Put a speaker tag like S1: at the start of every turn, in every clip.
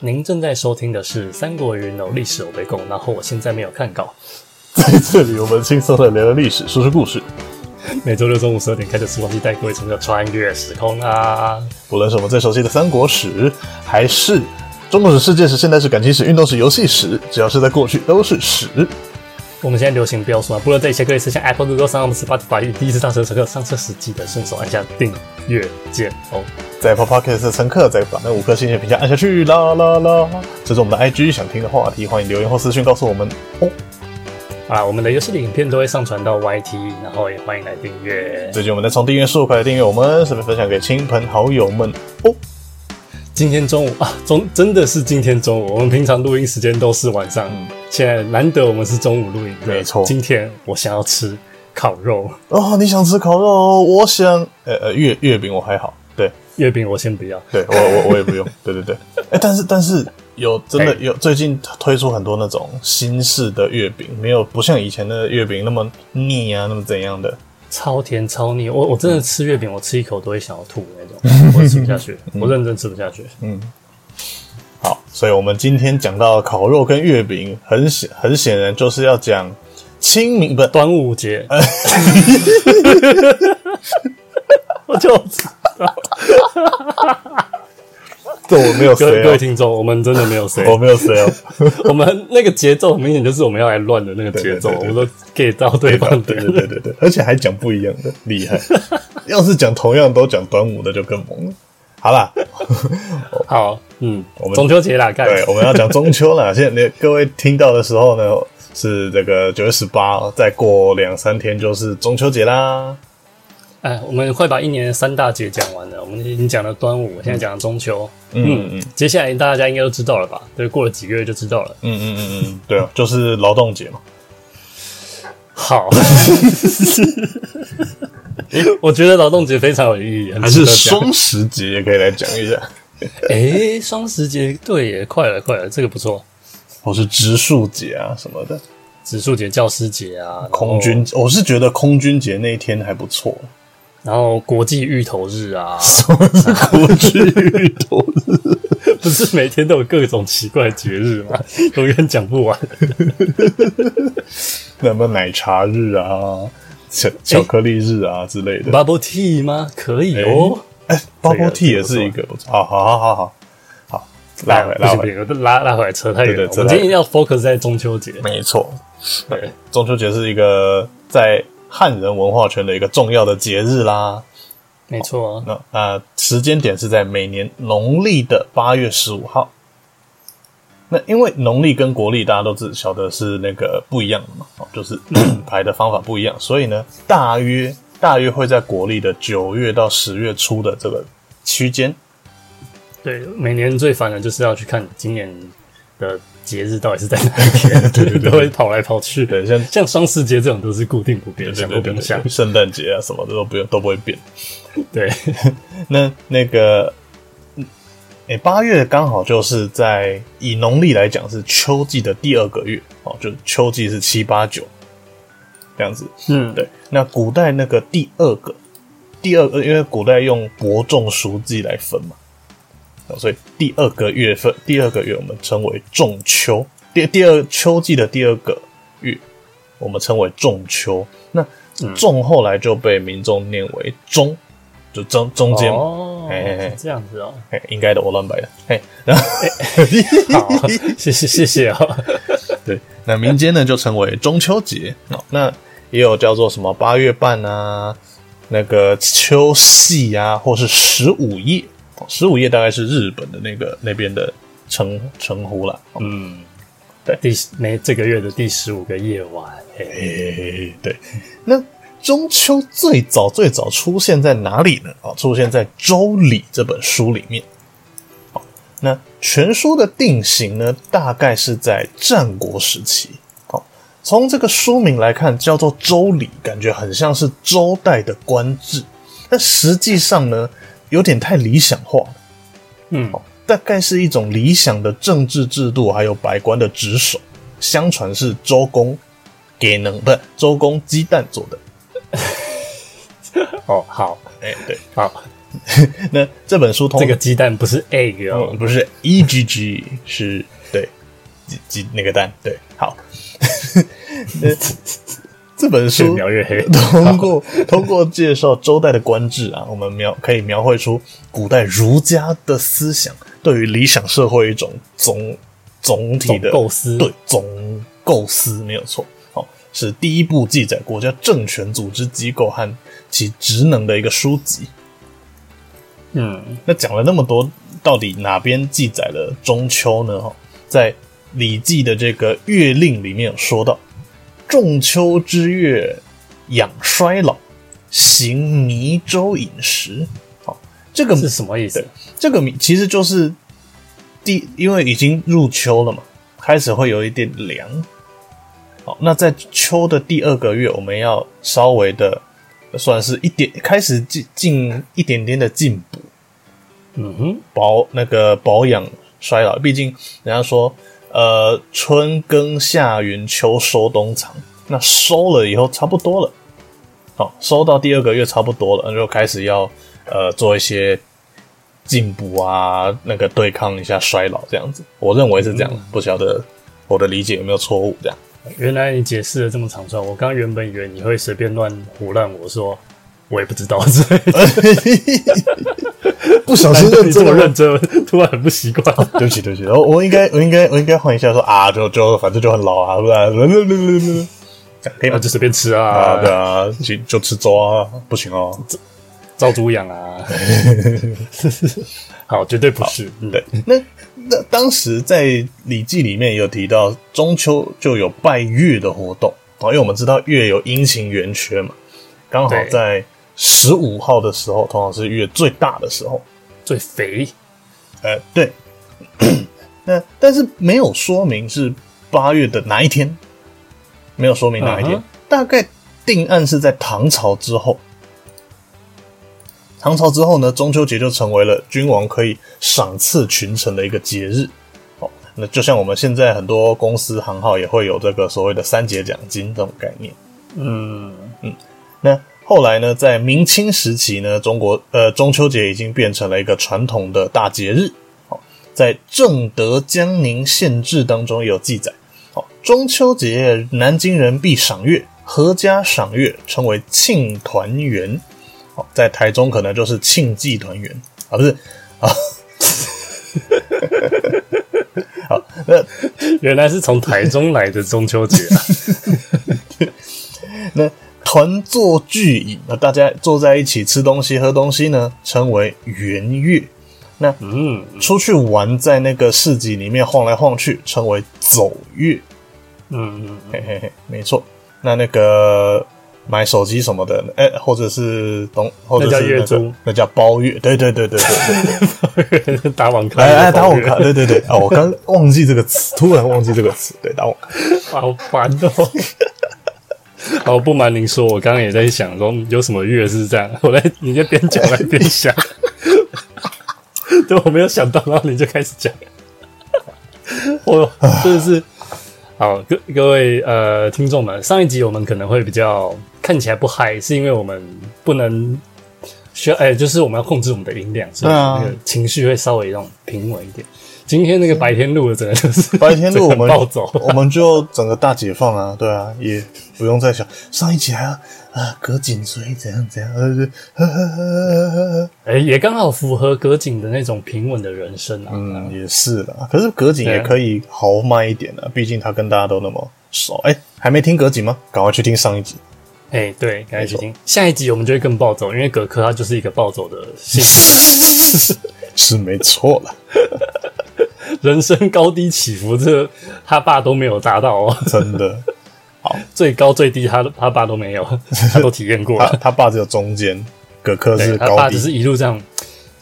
S1: 您正在收听的是《三国云楼历史有被供》，然后我现在没有看稿。
S2: 在这里，我们轻松的聊聊历史，说说故事。
S1: 每周六中午十二点开的《时光机》带各位乘客穿越时空啊！
S2: 不论是我们最熟悉的三国史，还是中国史、世界史、现代史、感情史、运动史、游戏史，只要是在过去都是史。
S1: 我们现在流行标说啊，不论在一切各类事项 Apple、Google、上 o u n d Spotify 第一次上车的乘客，上车时记得顺手按下订阅键哦。
S2: 在 Apple Podcast 的乘客，再把那五颗星星评价按下去啦啦啦！这是我们的 IG，想听的话题，欢迎留言或私讯告诉我们哦。
S1: 啊，我们的游戏的影片都会上传到 YT，然后也欢迎来订阅。
S2: 最近我们在从订阅数快来订阅我们，顺便分享给亲朋好友们哦。
S1: 今天中午啊，中真的是今天中午，我们平常录音时间都是晚上，
S2: 嗯
S1: 现在难得我们是中午录音的，
S2: 没错
S1: 今天我想要吃烤肉
S2: 哦，你想吃烤肉？我想，呃呃，月月饼我还好，对
S1: 月饼，我先不要。
S2: 对，我我我也不用，对对对。 哎、但是但是有真的
S1: 哎
S2: 有最近推出很多那种新式的月饼，没有不像以前的月饼那么腻啊，那么怎样的。
S1: 超甜超腻，我我真
S2: 嗯
S1: 的吃月饼，我吃一口都会想要吐那种，我吃不下去，
S2: 嗯
S1: 我认真吃不下去。
S2: 好，所以我们今天讲到烤肉跟月饼，很显很显然就是要讲清明，不是
S1: 端午节，
S2: 呃
S1: 我就知道
S2: 这我没有
S1: 各位各位
S2: 谁啊
S1: 听众，我们真的没有谁
S2: 哦，，我没有谁 哦。
S1: 我们那个节奏很明显就是我们要来乱的那个节奏，
S2: 对对
S1: 我
S2: 对
S1: 们都 get 到对方的
S2: 对。对对对对，而且还讲不一样的，厉 害！要是讲同样都讲端午的就更猛了。好啦，
S1: 好，嗯
S2: 我，们
S1: 中秋节啦，干，
S2: 对，我们要讲中秋啦。现在各位听到的时候呢，是这个九月十八，再过两三天就是中秋节啦。
S1: 哎，我们快把一年的三大节讲完了，我们已经讲了端午，现在讲了中秋，
S2: 嗯嗯
S1: 接下来大家应该都知道了吧？对，过了几个月就知道了。
S2: 嗯嗯嗯嗯，对 啊，就是劳动节嘛。
S1: 好， 我觉得劳动节非常有意义，很
S2: 还
S1: 值
S2: 是
S1: 得讲。
S2: 双十节也可以来讲一下，
S1: 哎，双十节，对耶，快了，快了，这个不错。
S2: 或是植树节啊什么的。
S1: 植树节、教师节啊，
S2: 空军，我是觉得空军节那一天还不 错。
S1: 然后，然后国际芋头日 啊，
S2: 什么是国际运动日？
S1: 不是每天都有各种奇怪的节日 吗？永远讲不完。
S2: 那么奶茶日啊、巧巧克力日啊之类的。
S1: Bubble Tea 吗？可以哦。
S2: 哎、包 b u
S1: 这个
S2: 也是一个不错。好好好好好好，拉
S1: 来，
S2: 回来拉
S1: 哎不
S2: 回
S1: 行
S2: 来，
S1: 不行拉拉回来，扯太远了。
S2: 对对
S1: 我
S2: 扯
S1: 们
S2: 太
S1: 今天要 focus 在中秋节。
S2: 没错。
S1: 对，
S2: 中秋节是一个在汉人文化圈的一个重要的节日啦。
S1: 没错啊。
S2: 那那时间点是在每年农历的八月十五号。那因为农历跟国历大家都知晓得是那个不一样的嘛，哦，就是嗯排的方法不一样，所以呢，大约大约会在国历的九月到十月初的这个区间，
S1: 对，每年最烦的就是要去看今年的节日到底是在哪一天，
S2: 对对 对
S1: 都会跑来跑去。
S2: 对，像
S1: 像双十节这种都是固定不变，
S2: 对
S1: 想
S2: 对
S1: 都
S2: 对
S1: 不用
S2: 对
S1: 想
S2: 对，。圣诞节啊什么的都不用都不会变。
S1: 对，
S2: 那那个，嗯，诶，八月刚好就是在以农历来讲是秋季的第二个月哦，就秋季是七八九这样子。
S1: 嗯，
S2: 对，那古代那个第二个，第二个，因为古代用伯仲叔季来分嘛，哦所以第二个月份，第二个月我们称为仲秋，第第二秋季的第二个月，我们称为仲秋。那仲后来就被民众念为中，就中中间嘛。
S1: 哦，
S2: 哎哎哎
S1: 是这样子哦。
S2: 哎，应该的，我乱掰的。嘿，然后
S1: 好， 谢谢谢谢哦。
S2: 对，那民间呢就称为中秋节 哦。那也有叫做什么八月半啊，那个秋夕啊，或是十五夜。哦十五夜大概是日本的那个那边的称称呼啦。哦
S1: 嗯，
S2: 对
S1: 第每这个月的第十五个夜晚，哎，
S2: 诶，对，那中秋最早最早出现在哪里呢？哦，出现在《周礼》这本书里面。好，那全书的定型呢，大概是在战国时期。好，从这个书名来看，叫做《周礼》，感觉很像是周代的官制，但实际上呢，有点太理想化了。
S1: 嗯，
S2: 大概是一种理想的政治制度，还有百官的职守。相传是周公给能不是周公鸡蛋做的。
S1: 哦，好
S2: 哎、对，
S1: 好，
S2: 那这本书通
S1: 这个鸡蛋不是 egg 哦，
S2: 嗯不是 E G G 是对鸡鸡那个蛋对好， 那这本
S1: 越
S2: 书
S1: 描越黑。
S2: 通过通过介绍周代的官制啊，我们描可以描绘出古代儒家的思想对于理想社会一种总总体的
S1: 总构思
S2: 对总构思没有错。哦，是第一部记载国家政权组织机构和其职能的一个书籍。
S1: 嗯，
S2: 那讲了那么多，到底哪边记载了中秋呢？哈，在《礼记》的这个《月令》里面有说到：“仲秋之月，养衰老，行泥粥饮食。”好，这个
S1: 是什么意思？
S2: 这个名其实就是第，因为已经入秋了嘛，开始会有一点凉。好，那在秋的第二个月，我们要稍微的算是一点开始进进一点点的进补。
S1: 嗯哼，
S2: 保那个保养衰老，毕竟人家说，呃，春耕夏耘，秋收冬藏。那收了以后差不多了，好、收到第二个月差不多了，那就开始要呃做一些进补啊，那个对抗一下衰老这样子。我认为是这样，不晓得我的理解有没有错误这样。
S1: 原来你解释的这么长串，我刚原本以为你会随便乱胡乱我说，我也不知道，所以
S2: 不小
S1: 但 是你这么认真，突然很不习惯。
S2: 对不起，对不起，我我应该我应该我应该换一下说啊，就就反正就很老啊，不然可以吗
S1: 那？就随便吃啊，
S2: 啊，对啊，就就吃粥啊，不行哦。
S1: 照猪养啊。好，绝对不是。嗯
S2: 对，那那当时在《礼记》里面有提到中秋就有拜月的活动哦，因为我们知道月有阴晴圆缺嘛，刚好
S1: 对
S2: 在十五号的时候，通常是月最大的时候。
S1: 最肥
S2: 呃，对， 那但是没有说明是八月的哪一天，没有说明哪一天
S1: 嗯哼
S2: 大概定案是在唐朝之后。唐朝之后呢，中秋节就成为了君王可以赏赐群臣的一个节日。哦，那就像我们现在很多公司行号也会有这个所谓的三节奖金这种概念。
S1: 嗯，
S2: 那后来呢，在明清时期呢，中国呃中秋节已经变成了一个传统的大节日。哦，在正德江宁县志当中也有记载，哦，中秋节南京人必赏月，合家赏月称为庆团圆。哦，在台中可能就是庆祭团圆啊，不是啊。好，那
S1: 原来是从台中来的中秋节啊。
S2: 那团坐聚饮，那大家坐在一起吃东西、喝东西呢，称为圆月。那
S1: 嗯，
S2: 出去玩，在那个市集里面晃来晃去，称为走月。
S1: 嗯嗯，
S2: 嘿嘿嘿，没错。那那个买手机什么的，哎、或者是东，或者是、
S1: 那
S2: 那
S1: 叫
S2: 个、
S1: 月租
S2: 那叫包月。对对对对对对，
S1: 嗯打网咖，
S2: 哎哎，打我卡，对对对，啊，我刚忘记这个词，突然忘记这个词，对，打我卡。
S1: 好烦哦、 好，不瞒您说，我刚刚也在想说有什么乐是这样，我在你在边讲来边想， 对，我没有想到，然后你就开始讲， 我真的是好，各各位呃听众们，上一集我们可能会比较看起来不嗨，是因为我们不能需要，哎、就是我们要控制我们的音量，所以
S2: 对啊
S1: 那个情绪会稍微让平稳一点。今天那个白天录的，真的就是
S2: 白天录我们
S1: 整个暴走，
S2: 我们就整个大解放啊，对啊，也不用再想上一集还要啊割颈椎怎样怎样，呃呵呵呵呵呵呵，
S1: 哎、也刚好符合葛景的那种平稳的人生啊。
S2: 嗯，也是啦。可是隔颈也可以豪迈一点啊，毕竟他跟大家都那么熟。哎、还没听隔颈吗？赶快去听上一集。
S1: 哎、对，赶紧去听下一集，我们就会更暴走，因为葛科他就是一个暴走的性
S2: 是没错啦，
S1: 格， 人生高低起伏，这个他爸都没有达到哦，
S2: 真的。
S1: 最高最低他他爸都没 有，他都体验过
S2: 他
S1: 了。
S2: 他爸只有中间，葛科
S1: 对
S2: 是
S1: 他
S2: 高
S1: 爸只
S2: 低。
S1: 是一路这样，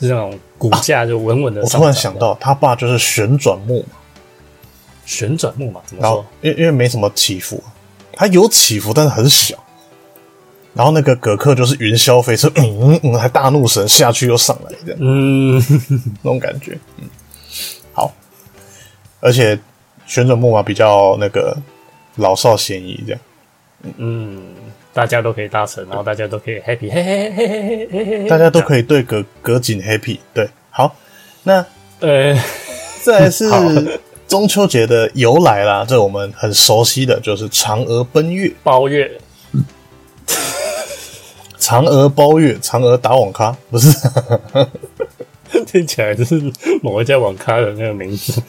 S1: 是那种骨架就稳稳的、
S2: 啊我突然想，到，他爸就是旋转木马，
S1: 旋转木马怎么
S2: 然后
S1: 说？
S2: 因为因为没什么起伏，它有起伏，但是很小。然后那个葛克就是云霄飞车，嗯嗯嗯，还大怒神下去又上来，这样
S1: 嗯，
S2: 那种感觉。嗯，好，而且旋转木马比较那个老少咸宜，这样。
S1: 大家都可以达成，然后大家都可以 happy，嘿嘿嘿嘿嘿嘿嘿嘿，
S2: 大家都可以对葛葛景 happy。对，好，那
S1: 呃，
S2: 再来是
S1: 好
S2: 中秋节的由来啦，这我们很熟悉的就是嫦娥奔月、
S1: 包月
S2: 嫦娥包月、嫦娥打网咖，不是？
S1: 听起来就是某一家网咖的那个名字，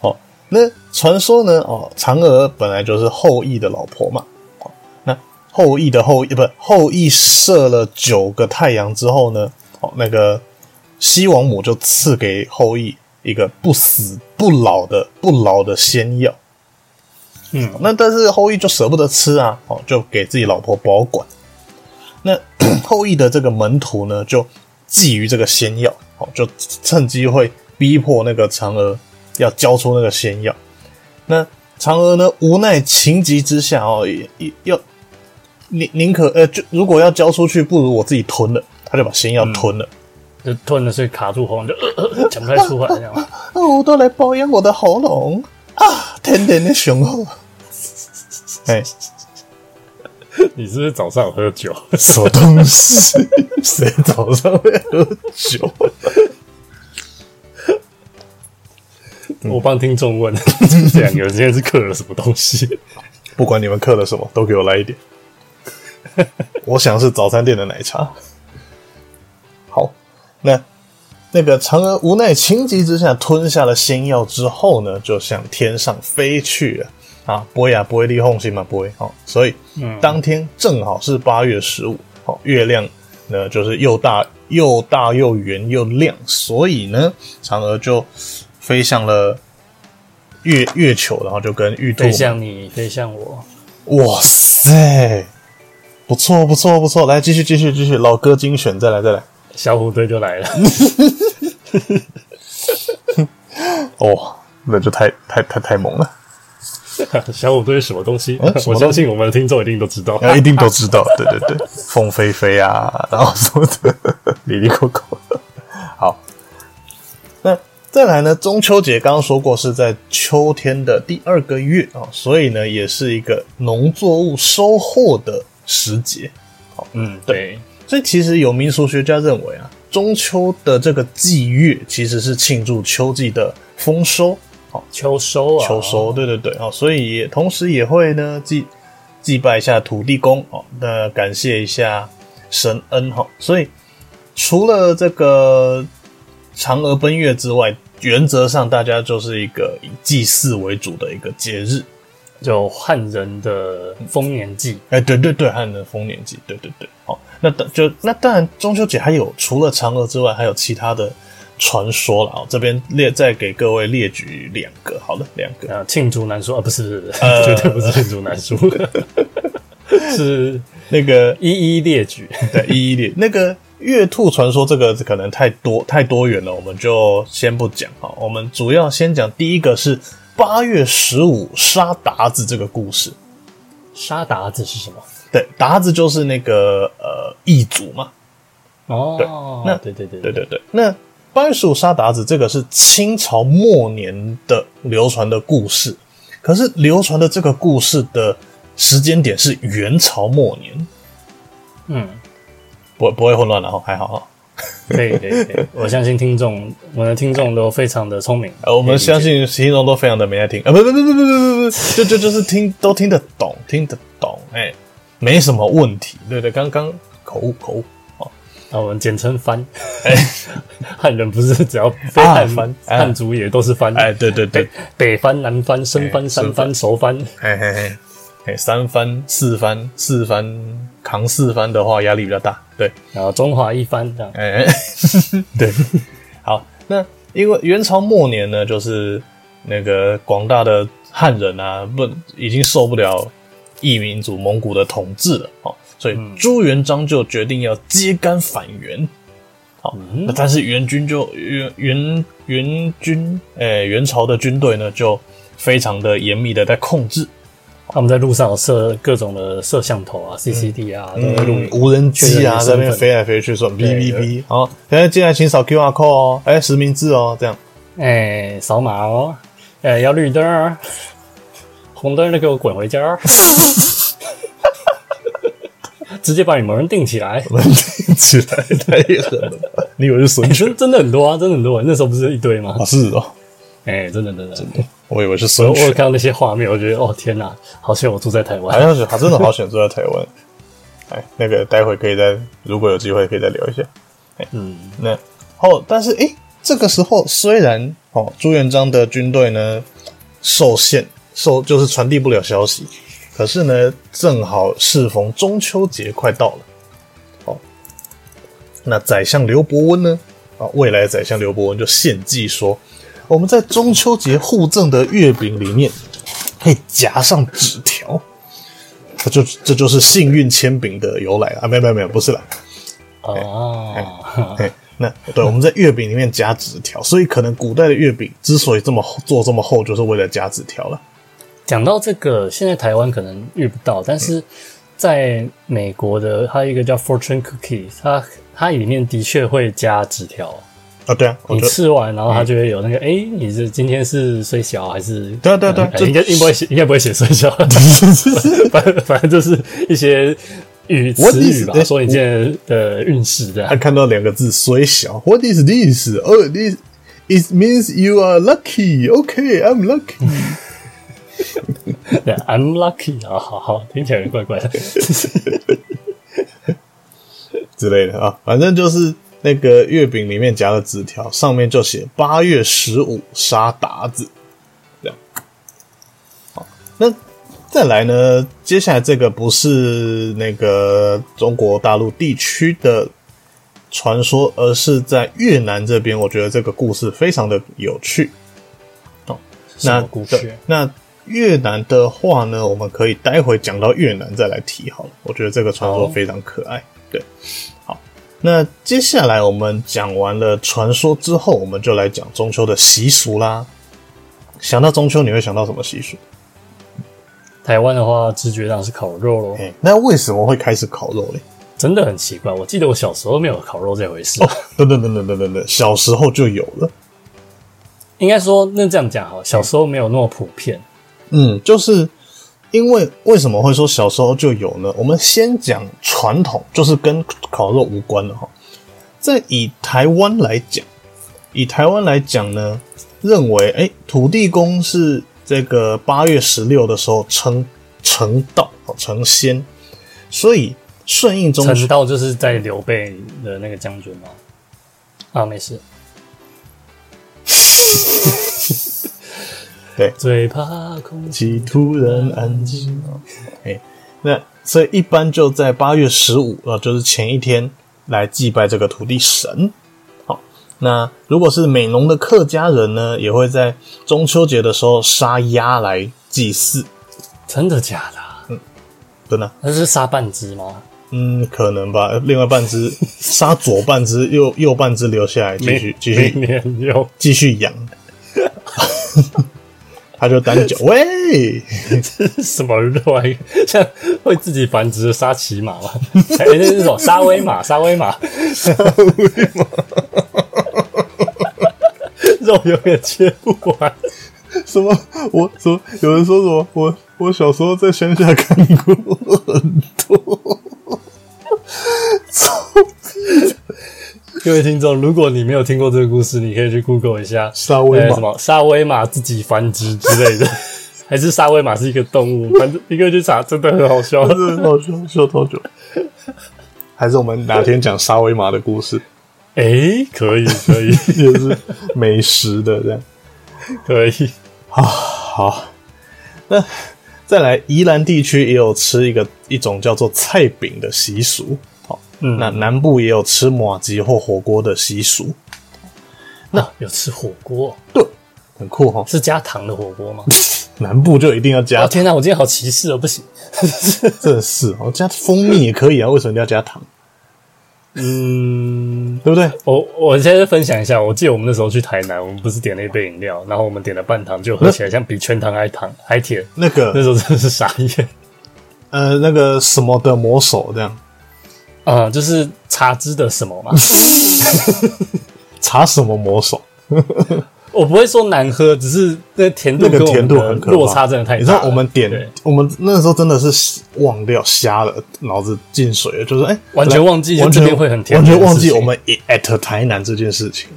S2: 哦，那传说呢？哦，嫦娥本来就是后羿的老婆嘛。哦，那后羿的后羿不，后羿射了九个太阳之后呢，哦，那个西王母就赐给后羿一个不死不老的不老的仙药。
S1: 嗯
S2: 那但是后羿就舍不得吃啊，哦，就给自己老婆保管。那后羿的这个门徒呢，就觊觎这个仙药，哦，就趁机会逼迫那个嫦娥要交出那个仙药。那嫦娥呢，无奈情急之下，哦，也也要宁宁可呃，就如果要交出去，不如我自己吞了。他就把仙药吞了。
S1: 就吞了，所以卡住喉咙，就呃呃呃讲不太出来这样。
S2: 哦，我都来保养我的喉咙啊，甜甜的雄厚。 哎、
S1: 你是不是早上有喝酒？
S2: 什么东 西？谁早上会喝酒？
S1: 我帮听众问，就是这两个人今天是嗑了什么东西？
S2: 不管你们刻了什么，都给我来 一点。我想是早餐店的奶茶。好，那那个嫦娥无奈情急之下吞下了仙药之后呢，就向天上飞去了。啊，不会啊，不会立红心嘛，不会哦。所以
S1: 嗯
S2: 当天正好是八月十五，哦，月亮呢就是又大又大又圆又亮，所以呢，嫦娥就飞向了月月球，然后就跟玉兔
S1: 飞向你，飞向我，
S2: 哇塞，不错不错不错，来继续继续继续，老歌精选，再来再来。
S1: 小虎队就来了。
S2: 哦，那就太太太太猛 了，
S1: 小虎队是哎什么东西？
S2: 嗯什
S1: 我
S2: 么东西
S1: 相信我们的听众一定都知道。
S2: 呃那一定都知道， 对对对，凤飞飞啊，然后什么的，里里扣扣。好，那再来呢？中秋节刚刚说过是在秋天的第二个月啊、哦所以呢，也是一个农作物收获的时节。
S1: 嗯，对，
S2: 所以其实有民俗学家认为啊，中秋的这个祭月其实是庆祝秋季的丰收、
S1: 秋收啊，
S2: 秋收，，对对对哦，所以也同时也会呢祭祭拜一下土地公哦，那感谢一下神恩哈、哦。所以除了这个嫦娥奔月之外，原则上大家就是一个以祭祀为主的一个节日。
S1: 就汉人的丰年祭。
S2: 哎，对对对，汉人的丰年祭，对对对，哦，那当就那当然，中秋节还有除了嫦娥之外，还有其他的传说了哦。这边列再给各位列举两个，好了，两个，
S1: 呃，罄竹难书啊，不是，不是，
S2: 呃
S1: 绝对不是罄竹难书， 是
S2: 那个
S1: 一一列举。
S2: 对一一列，那个月兔传说这个可能太多太多元了，我们就先不讲哈。我们主要先讲第一个是八月十五杀鞑子这个故事。
S1: 沙达子是什么？
S2: 对，鞑子就是那个呃异族嘛，
S1: 哦，
S2: 那
S1: 对对对
S2: 对对对，那八月十五杀鞑子这个是清朝末年的流传的故事，可是流传的这个故事的时间点是元朝末年，
S1: 嗯，
S2: 不不会混乱了哈，还好哦哈。
S1: 可以可以可以，我相信听众，我的听众都非常的聪明，
S2: 呃，我们相信听众都非常的没在听，啊，不不不不不不不不，就就就是听都听得懂，听得懂，哎、没什么问题。对对，刚刚口误口误，哦
S1: 啊，我们简称番。 汉人不是只要非汉番，
S2: 哎啊
S1: 汉族也都是番。
S2: 哎、对对哎对
S1: 北，北番、南番、生番、山番、熟番，
S2: 嘿嘿嘿，哎，三番四番四番扛四番的话压力比较大，对。
S1: 然后中华一番这样。
S2: 哎、对，好，那因为元朝末年呢，就是那个广大的汉人啊，不已经受不了异民族蒙古的统治了哦，所以朱元璋就决定要揭竿反元。好，那但是元军就元元元军，哎、元朝的军队呢就非常的严密的在控制，
S1: 他们在路上有设各种的摄像头啊、CCD 啊，都在录
S2: 嗯
S1: 影，
S2: 无人机啊，
S1: 确认你的身份
S2: 在那边飞来飞去，说哔
S1: 对
S2: 哔哔，好，现在进来请扫 QR code 哦，哎、实名制哦， 这样。
S1: 哎，扫码哦， 哎，要绿灯，哦，红灯的给我滚回家哦。 直接把你们人定起来。
S2: 冷静起来太狠了吧？ 你以为是孙权
S1: 真真的很多啊，真的很多、那时候不是一堆吗
S2: 啊？？是哦，
S1: 哎、真的真的，
S2: 我以为是
S1: 我
S2: 孙
S1: 我有
S2: 权。
S1: 看到那些画面，我觉得哦天哪、好像我住在台
S2: 好
S1: 湾。
S2: 像是，他真的好想住在台 湾。哎，那个待会可以再，如果有机会可以再聊一下。哎
S1: 嗯，
S2: 那后，但是诶、这个时候虽然哦，朱元璋的军队呢受限，受就是传递不了消息，可是呢，正好适逢中秋节快到了，哦，那宰相刘伯温呢，啊，未来的宰相刘伯温就献计说，我们在中秋节互赠的月饼里面可以夹上纸条。这就这就是幸运铅饼的由来啊！没有没有没有，不是啦，哎
S1: 哦，
S2: 嘿，那对，我们在月饼里面夹纸条，所以可能古代的月饼之所以这么厚做这么厚，就是为了夹纸条了。
S1: 讲到这个，现在台湾可能遇不到，但是在美国的，它有一个叫 Fortune Cookie，它它里面的确会加纸条，
S2: 啊，对啊，我
S1: 你
S2: 觉得
S1: 吃完然后它就会有那个，哎、你是今天是虽小还是？
S2: 对啊对啊对啊
S1: 哎
S2: 这
S1: 应该应该不会写，应该不会写虽小， 反反正就是一些语
S2: 我的
S1: 词
S2: 意
S1: 语
S2: 思
S1: 吧，
S2: 哎
S1: 说你今天的运势这样
S2: 还。看到两个字“虽小 ”，What is this? Oh, this it means you are lucky. Okay, I'm lucky.
S1: 对，I'm lucky 啊，好好，听起来有点怪 怪的。
S2: 之类的啊，反正就是那个月饼里面夹的纸条，上面就写“八月十五杀鞑子”这样。好，那再来呢？接下来这个不是那个中国大陆地区的传说，而是在越南这边。我觉得这个故事非常的有趣。
S1: 什
S2: 那
S1: 么故
S2: 对
S1: 事？
S2: 那越南的话呢，我们可以待会讲到越南再来提好了。我觉得这个传说
S1: 好
S2: 非常可爱。对，好，那接下来我们讲完了传说之后，我们就来讲中秋的习俗啦。想到中秋，你会想到什么习俗？
S1: 台湾的话，直觉上是烤肉咯，
S2: 哎、那为什么会开始烤肉嘞？
S1: 真的很奇怪。我记得我小时候没有烤肉这回事，
S2: 等等等等等等等，小时候就有了。
S1: 应该说那这样讲哈，小时候没有那么普遍。
S2: 嗯，就是因为为什么会说小时候就有呢？我们先讲传统，就是跟烤肉无关的哈。在以台湾来讲，以台湾来讲呢，认为哎、诶土地公是这个八月十六的时候成成道哦成仙，所以顺应中
S1: 陈
S2: 秋
S1: 道就是在刘备的那个将军吗？啊，没事。
S2: 对
S1: 最怕空气。
S2: 其突然安静。哎，那所以一般就在八月十五啊，呃就是前一天来祭拜这个土地神。好，那如果是美浓的客家人呢，也会在中秋节的时候杀鸭来祭祀。
S1: 真的假的啊？
S2: 真的，
S1: 那是杀半只吗？
S2: 嗯，可能吧。呃另外半只杀左半只，右右半只留下来继续继 续
S1: 没没有，
S2: 继续养。他就单脚喂，
S1: 什么肉啊？像会自己繁殖的沙琪玛吗？ 哎、那是什么沙威 玛？沙威玛？沙威 玛？肉永远切不完。
S2: 什么？我什么？有人说什么？我我小时候在乡下看过很多。
S1: 各位听众，如果你没有听过这个故事，你可以去 Google 一下
S2: 沙威玛
S1: 呃什么沙威玛自己繁殖之类的， 还是沙威玛是一个动物？反正你可以去查，真的很好笑。
S2: 真的好笑，笑多久？还是我们哪天讲沙威玛的故事，
S1: 哎、可以，可以，
S2: 也是美食的这样。
S1: 可以。
S2: 好，那再来，宜兰地区也有吃一个一种叫做菜饼的习俗。好，
S1: 嗯
S2: 那南部也有吃马吉或火锅的习俗。
S1: 那有吃火锅，
S2: 对，很酷哈。
S1: 是加糖的火锅吗？
S2: 南部就一定要加
S1: 哦 天哪、我今天好歧视哦，不行。
S2: 真的是哦，加蜂蜜也可以啊，为什么一定要加糖？
S1: 嗯，
S2: 对不对？
S1: 我我先分享一下，我记得我们那时候去台南，我们不是点了一杯饮料，然后我们点了半糖，就喝起来像比全糖还糖还甜。
S2: 那
S1: 那
S2: 个
S1: 时候真的是傻眼
S2: 呃，那个什么的魔手这样，
S1: 啊、就是 茶汁的什么嘛，
S2: 查什么魔手？
S1: 我不会说难喝，只是那甜度
S2: 那个
S1: 跟我
S2: 甜
S1: 们
S2: 度
S1: 的
S2: 很可怕，
S1: 落差真的太大了。
S2: 你知道我们点
S1: 对，
S2: 我们那时候真的是忘掉瞎了，脑子进水了，就是哎、
S1: 完全
S2: 来
S1: 忘记
S2: 完
S1: 这
S2: 全
S1: 边会很甜
S2: 完全
S1: 这件
S2: 忘
S1: 事
S2: 记
S1: 情
S2: 我们 at 台南这件事 情。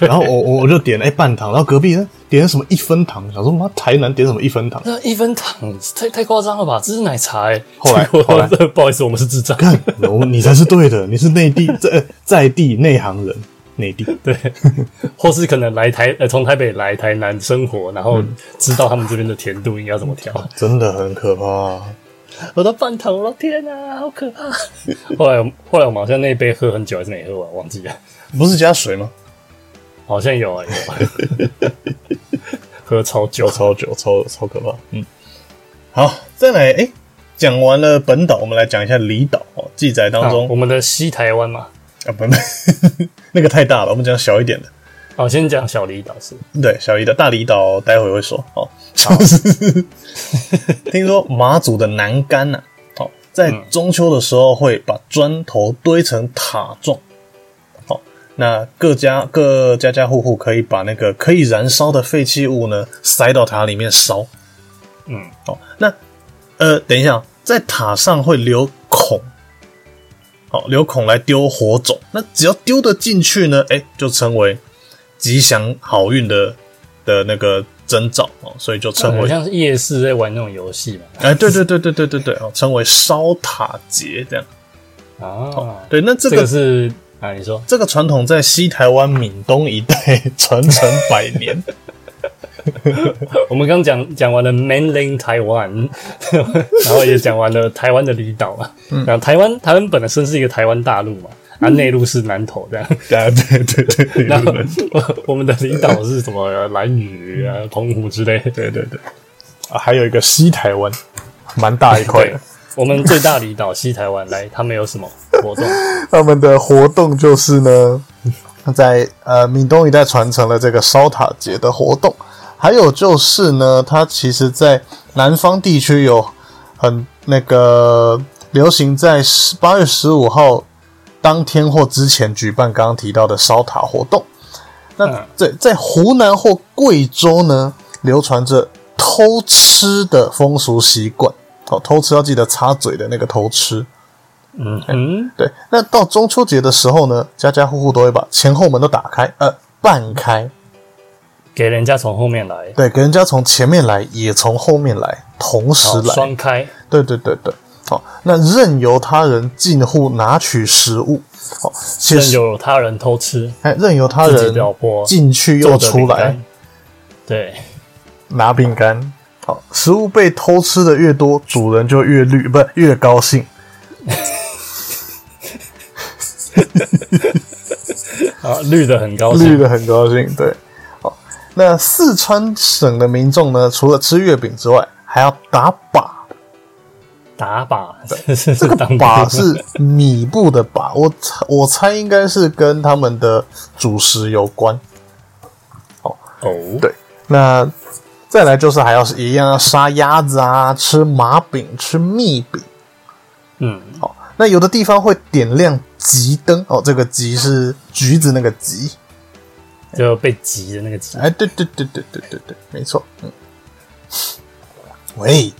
S2: 然后我我我就点了哎、半糖，然后隔壁呢点什么一分糖，想说妈台南点什么一分糖，
S1: 那一分糖太太夸张了吧？这是奶茶哎、欸。
S2: 后来
S1: 结果
S2: 后来
S1: 不好意思，我们是智障。
S2: 看 我你才是对的，你是内地 在在地内行人，内地
S1: 对，或是可能来台呃从台北来台南生活，然后知道他们这边的甜度应该要怎么调。
S2: 真的很可怕。
S1: 我都半糖了，天啊，好可怕！后来我们后来我们好像那一杯喝很久还是没喝完，忘记了，
S2: 不是加水吗？
S1: 好像有啊、有啊， 喝超久
S2: 有。超久，超超可怕。嗯，好，再来，哎、讲完了本岛，我们来讲一下离岛哦。记载当
S1: 啊
S2: 中
S1: 我们的西台湾嘛，
S2: 啊不 不，那个太大了，我们讲小一点的。
S1: 好，啊先讲小离岛是
S2: 对，小离岛、大离岛，待会会说哦。 就是听说马祖的南竿呐、哦，在中秋的时候会把砖头堆成塔状。好，那各家各家家户户可以把那个可以燃烧的废弃物呢塞到塔里面烧。
S1: 嗯，
S2: 哦，那呃，等一下哦，在塔上会留孔，好、留孔来丢火种。那只要丢得进去呢，哎、就成为吉祥好运的的那个征兆哦，所以就称
S1: 呃好
S2: 为
S1: 像是夜市在玩那种游戏嘛。
S2: 哎，对对对对对对对哦，称为烧塔节这样。
S1: 啊，
S2: 对，那这
S1: 这
S2: 个
S1: 个是啊，你说
S2: 这个传统在西台湾闽东一带传承百年。
S1: 我们刚讲讲完了 mainland 台湾， 然后也讲完了台湾的离岛嘛。然后台湾台湾本来身是一个台湾大陆嘛，啊，内陆是南投 这样。
S2: 对对对对对
S1: 然后
S2: 对
S1: 我我们的离岛是什么呃兰屿啊、澎湖之类的。
S2: 对对对，啊，还有一个西台湾，蛮大一块
S1: 对
S2: 的。，
S1: 我们最大离岛西台湾，来，他们有什么活 动？
S2: 他们的活动就是呢，在呃闽东一带传承了这个烧塔节的活动，还有就是呢，它其实在南方地区有很那个流行在十八月十五号当天或之前举办刚刚提到的烧塔活动。那
S1: 嗯
S2: 在在湖南或贵州呢，流传着偷吃的风俗习惯。哦，偷吃要记得擦嘴的那个偷吃。
S1: 嗯嗯，
S2: 对，那到中秋节的时候呢，家家户户都会把前后门都打开，呃，半开，
S1: 给人家从后面来，
S2: 对，给人家从前面来，也从后面来，同时
S1: 好
S2: 来，
S1: 哦双开，
S2: 对对对对，好、那任由他人进户拿取食物，好、其
S1: 任
S2: 实
S1: 由他人偷吃，
S2: 哎，任由他
S1: 自
S2: 人
S1: 己表婆
S2: 进去又
S1: 做的
S2: 出
S1: 饼
S2: 来
S1: 干，对，
S2: 拿饼干，好、食物被偷吃的越多，主人就越绿，不越高兴，
S1: 啊，绿的很高
S2: 绿
S1: 兴，
S2: 的很高兴，对。好，那四川省的民众呢，除了吃月饼之外，还要打靶。
S1: 打靶， 这
S2: 这
S1: 个
S2: 个靶是米布的靶，我猜我猜应该是跟他们的主食有关。
S1: 哦，
S2: 对，那再来就是还要是一样要杀鸭子啊，吃麻饼，吃蜜饼。
S1: 嗯，
S2: 好，那有的地方会点亮桔灯哦，这个桔是橘子那个桔。
S1: 就被急的那个急，
S2: 哎，对对对对对对对，没错。嗯，喂，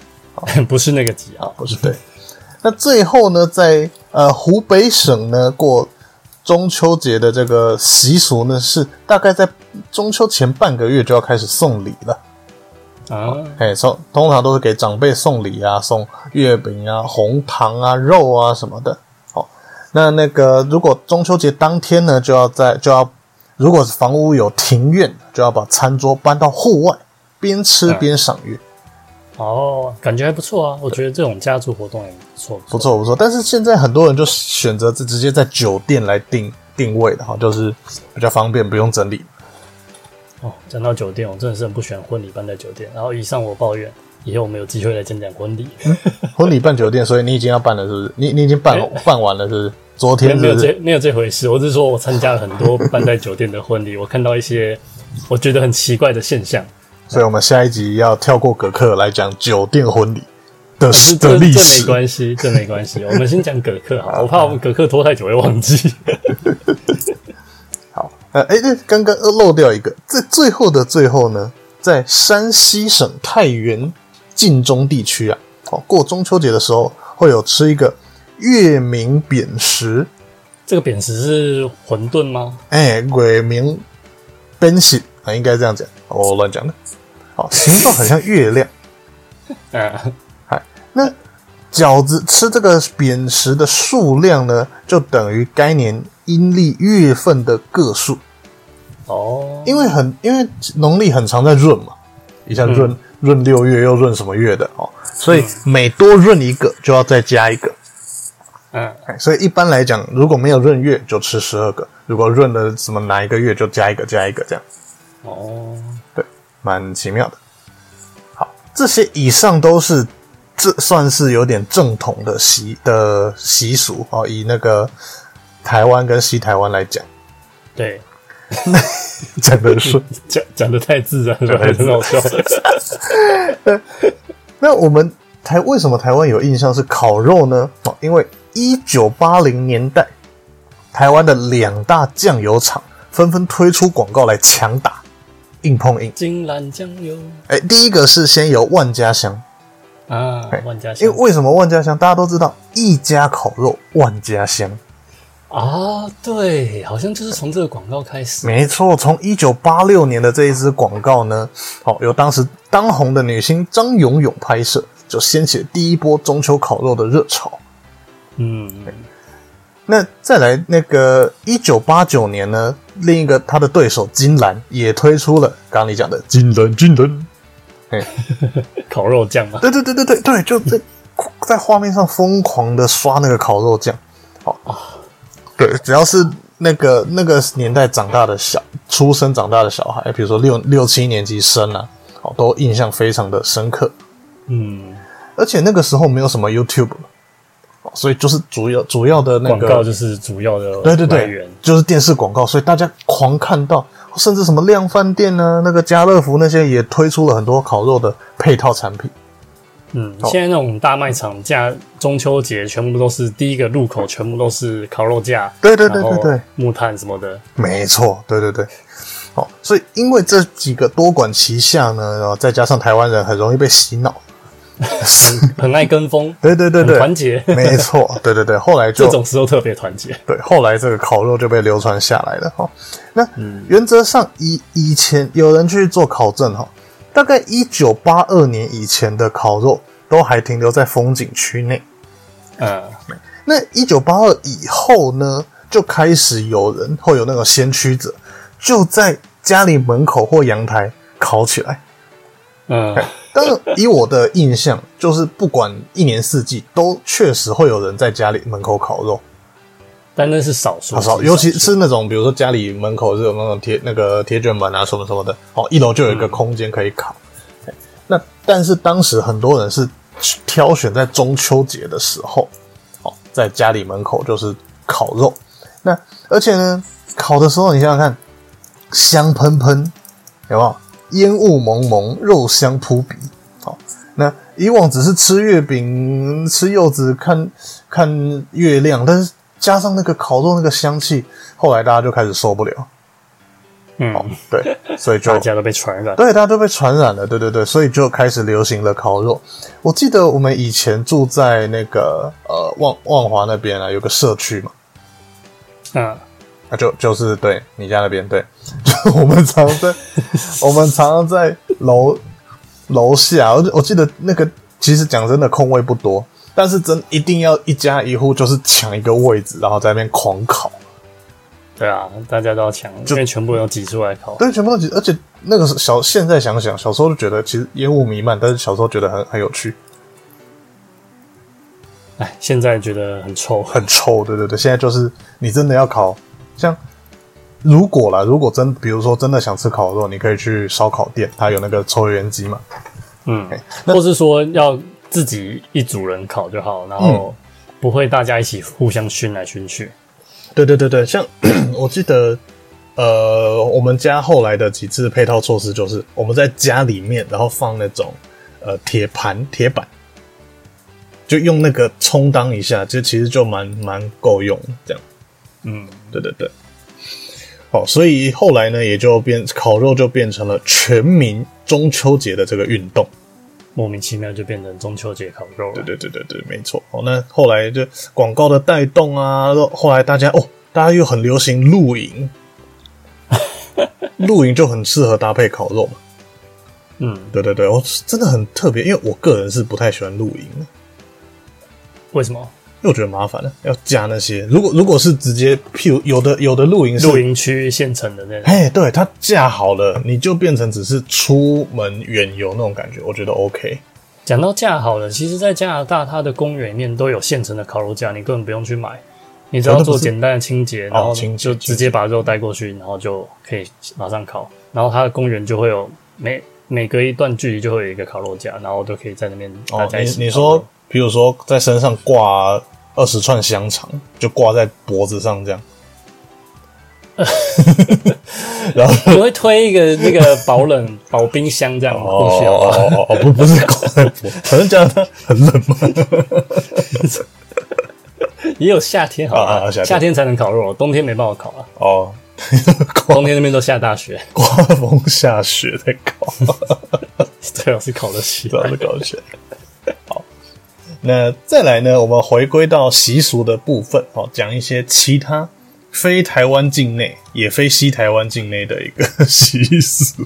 S1: 不是那个急啊，
S2: 不是对。那最后呢，在呃湖北省呢过中秋节的这个习俗呢，是大概在中秋前半个月就要开始送礼了。
S1: 啊，
S2: 哎，送通常都是给长辈送礼啊，送月饼啊、红糖啊、肉啊什么的。哦，那那个如果中秋节当天呢，就要在就要，如果房屋有庭院，就要把餐桌搬到户外，边吃边赏月。
S1: 哦，感觉还不错啊，我觉得这种家族活动也不错，
S2: 不错不错，但是现在很多人就选择直直接在酒店来定定位的哈，就是比较方便，不 用整理。
S1: 哦，讲到酒店，我真的是很不喜欢婚礼办在酒店。然后以上我抱怨，以后我们有机会来讲讲婚礼。
S2: 婚礼办酒店，所以你已经要办了是不是？你你已经办了办完了是不是？昨
S1: 没有
S2: 天
S1: 没
S2: 是
S1: 有
S2: 不是
S1: 这？没有这回事，我是说我参加了很 多办在酒店的婚礼，我看到一些我觉得很奇怪的现象。
S2: 所以我们下一集要跳过葛克来讲酒店婚礼的
S1: 这
S2: 的
S1: 这
S2: 历
S1: 这没
S2: 史。
S1: 关系，这没关系。我们先讲葛克好了，我怕我们葛克拖太久会忘记。
S2: 好，呃，哎，对，刚刚漏掉一个，在最后的最后呢，在山西省太原晋中地区啊，哦，过中秋节的时候会有吃一个月明扁食，
S1: 这个扁食是馄饨吗？
S2: 哎，鬼明扁食啊，应该这样讲，我乱讲的。好，形状很像月亮。 哎
S1: 嗯，
S2: 那饺子吃这个扁食的数量呢，就等于该年阴历月份的个数，
S1: 哦，
S2: 因为很因为农历很常在闰嘛，一下闰闰六月又闰什么月的哦，所以每多闰一个就要再加一个。
S1: 嗯
S2: 哎，所以一般来讲，如果没有闰月就吃十二个，如果闰了什么哪一个月就加一个加一个这样。
S1: 哦，
S2: 对，蛮奇妙的。好，这些以上都是这算是有点正统的习的习俗哦，以那个台湾跟西台湾来讲，
S1: 对，
S2: 讲的顺。
S1: 讲讲的太自然了，
S2: 讲得太自
S1: 很
S2: 然
S1: 好笑。
S2: 那我们台为什么台湾有印象是烤肉呢？哦，因为一九八零年代，台湾的两大酱油厂纷纷推出广告来强打硬碰硬。
S1: 金兰酱油
S2: 哎，第一个是先由万家香，
S1: 啊
S2: 哎，
S1: 万家香
S2: 因为为什么万家香？大家都知道，一家烤肉万家香。
S1: 啊，对，好像就是从这个广告开始。
S2: 没错，从一九八六年的这一支广告呢，哦，由当时当红的女星张咏咏拍摄，就掀起了第一波中秋烤肉的热潮。
S1: 嗯，
S2: 那再来那个一九八九年呢，另一个他的对手金兰也推出了刚刚你讲的金兰金兰，
S1: 烤肉酱嘛，
S2: 对对对对对对，就在在画面上疯狂的刷那个烤肉酱，哦，对，只要是那个那个年代长大的小出生长大的小孩，比如说六六七年级生啊，哦，都印象非常的深刻。
S1: 嗯，
S2: 而且那个时候没有什么 YouTube，哦所以就是主要主要的那
S1: 广
S2: 个
S1: 告就是主要的
S2: 对对
S1: 来
S2: 对
S1: 源，
S2: 就是电视广告，所以大家狂看到，甚至什么量饭店呢、那个家乐福那些也推出了很多烤肉的配套产品。
S1: 嗯，现在那种大卖场架中秋节全部都是第一个入口，全部都是烤肉架，
S2: 对对对
S1: 然后
S2: 对对
S1: 木炭什么的，
S2: 没错，对对对。哦，所以因为这几个多管齐下呢，然后再加上台湾人很容易被洗脑，
S1: 很爱跟风，
S2: 对对 对
S1: 很
S2: 对，
S1: 团结，
S2: 没错，对 对对。后来
S1: 这
S2: 就
S1: 种时候特别团结。
S2: 对，后来这个烤肉就被流传下来了哈、哦。那
S1: 嗯
S2: 原则上以以前有人去做考证哈、哦，大概一九八二年以前的烤肉都还停留在风景区内。
S1: 嗯，
S2: 那一九八二以后呢，就开始有人会有那种先驱者，就在家里门口或阳台烤起来。
S1: 嗯，
S2: 当然，以我的印象，就是不管一年四季，都确实会有人在家里门口烤肉。
S1: 但那是少数，
S2: 啊好少，尤其是那种比如说家里门口是有那种铁那个铁卷门啊什么什么的，哦，一楼就有一个空间可以烤。哎那但是当时很多人是挑选在中秋节的时候，哦，在家里门口就是烤肉。那而且呢，烤的时候你想想看，香喷喷，有没有？烟雾蒙蒙，肉香扑鼻。好，那以往只是吃月饼、吃柚子、看看月亮，但是加上那个烤肉那个香气，后来大家就开始受不了。
S1: 嗯，
S2: 对，所以就
S1: 大家都被传染。
S2: 对大家都被传染了，对对对，所以就开始流行了烤肉。我记得我们以前住在那个呃万万华那边啊，有个社区嘛，
S1: 嗯，
S2: 啊，就就是对你家那边，对，就我们常在我们常常在楼楼下，我我记得那个其实讲真的空位不多，但是真一定要一家一户就是抢一个位置，然后在那边狂烤，
S1: 对啊，大家都要抢，因为全部人都挤出来烤。
S2: 对，全部都挤，而且那个时候小现在想想，小时候就觉得其实烟雾弥漫，但是小时候觉得很很有趣，
S1: 哎，现在觉得很臭。
S2: 很臭，对对对，现在就是你真的要烤，像如果啦，如果真比如说真的想吃烤肉，你可以去烧烤店，它有那个抽油烟机嘛。
S1: 嗯
S2: 哎，那
S1: 或是说要自己一组人烤就好，然后
S2: 嗯
S1: 不会大家一起互相熏来熏去。
S2: 对对对对，像 我记得，呃，我们家后来的几次配套措施就是，我们在家里面，然后放那种呃铁盘、铁板，就用那个充当一下，就其实就蛮蛮够用的这样。
S1: 嗯，
S2: 对对对。哦，所以后来呢，也就变烤肉就变成了全民中秋节的这个运动。
S1: 莫名其妙就变成中秋节烤肉
S2: 对
S1: 了。
S2: 对对对对，没错。哦，那后来就广告的带动啊，后来大家哦，大家又很流行露营，露营就很适合搭配烤肉嘛。
S1: 嗯，
S2: 对对对，我、真的很特别，因为我个人是不太喜欢露营的，
S1: 为什么
S2: 因为我觉得麻烦了，要加那些。如果如果是直接，譬如有的有的露营是
S1: 露，营区现成的那种？
S2: 哎，对，它架好了，你就变成只是出门远游那种感觉，我觉得 OK。
S1: 讲到架好了，其实，在加拿大它的公园里面都有现成的烤肉架，你根本不用去买，你只要
S2: 哦那不
S1: 做
S2: 是
S1: 简单的清洁，然后
S2: 哦清洁
S1: 就直接把肉带过去，然后就可以马上烤。然后它的公园就会有每每隔一段距离就会有一个烤肉架，然后都可以在那边大
S2: 哦，
S1: 家一起烤肉、
S2: 你 你说，比如说在身上挂二十串香肠，就挂在脖子上这样，然后
S1: 我会推一个那个保冷保冰箱这样过去好不
S2: 哦
S1: 好？
S2: 哦哦哦，不不是挂在脖，可能加拿大很冷嘛，
S1: 也有夏天好
S2: 啊啊
S1: 吧，
S2: 啊夏天
S1: 夏天才能烤肉，冬天没办法烤啊。
S2: 哦，
S1: 冬天那边都下大雪，
S2: 刮风下雪在搞，
S1: 最好是烤得起
S2: 主。要是搞雪。好，那再来呢，我们回归到习俗的部分，哦，讲一些其他非台湾境内，也非西台湾境内的一个 习俗。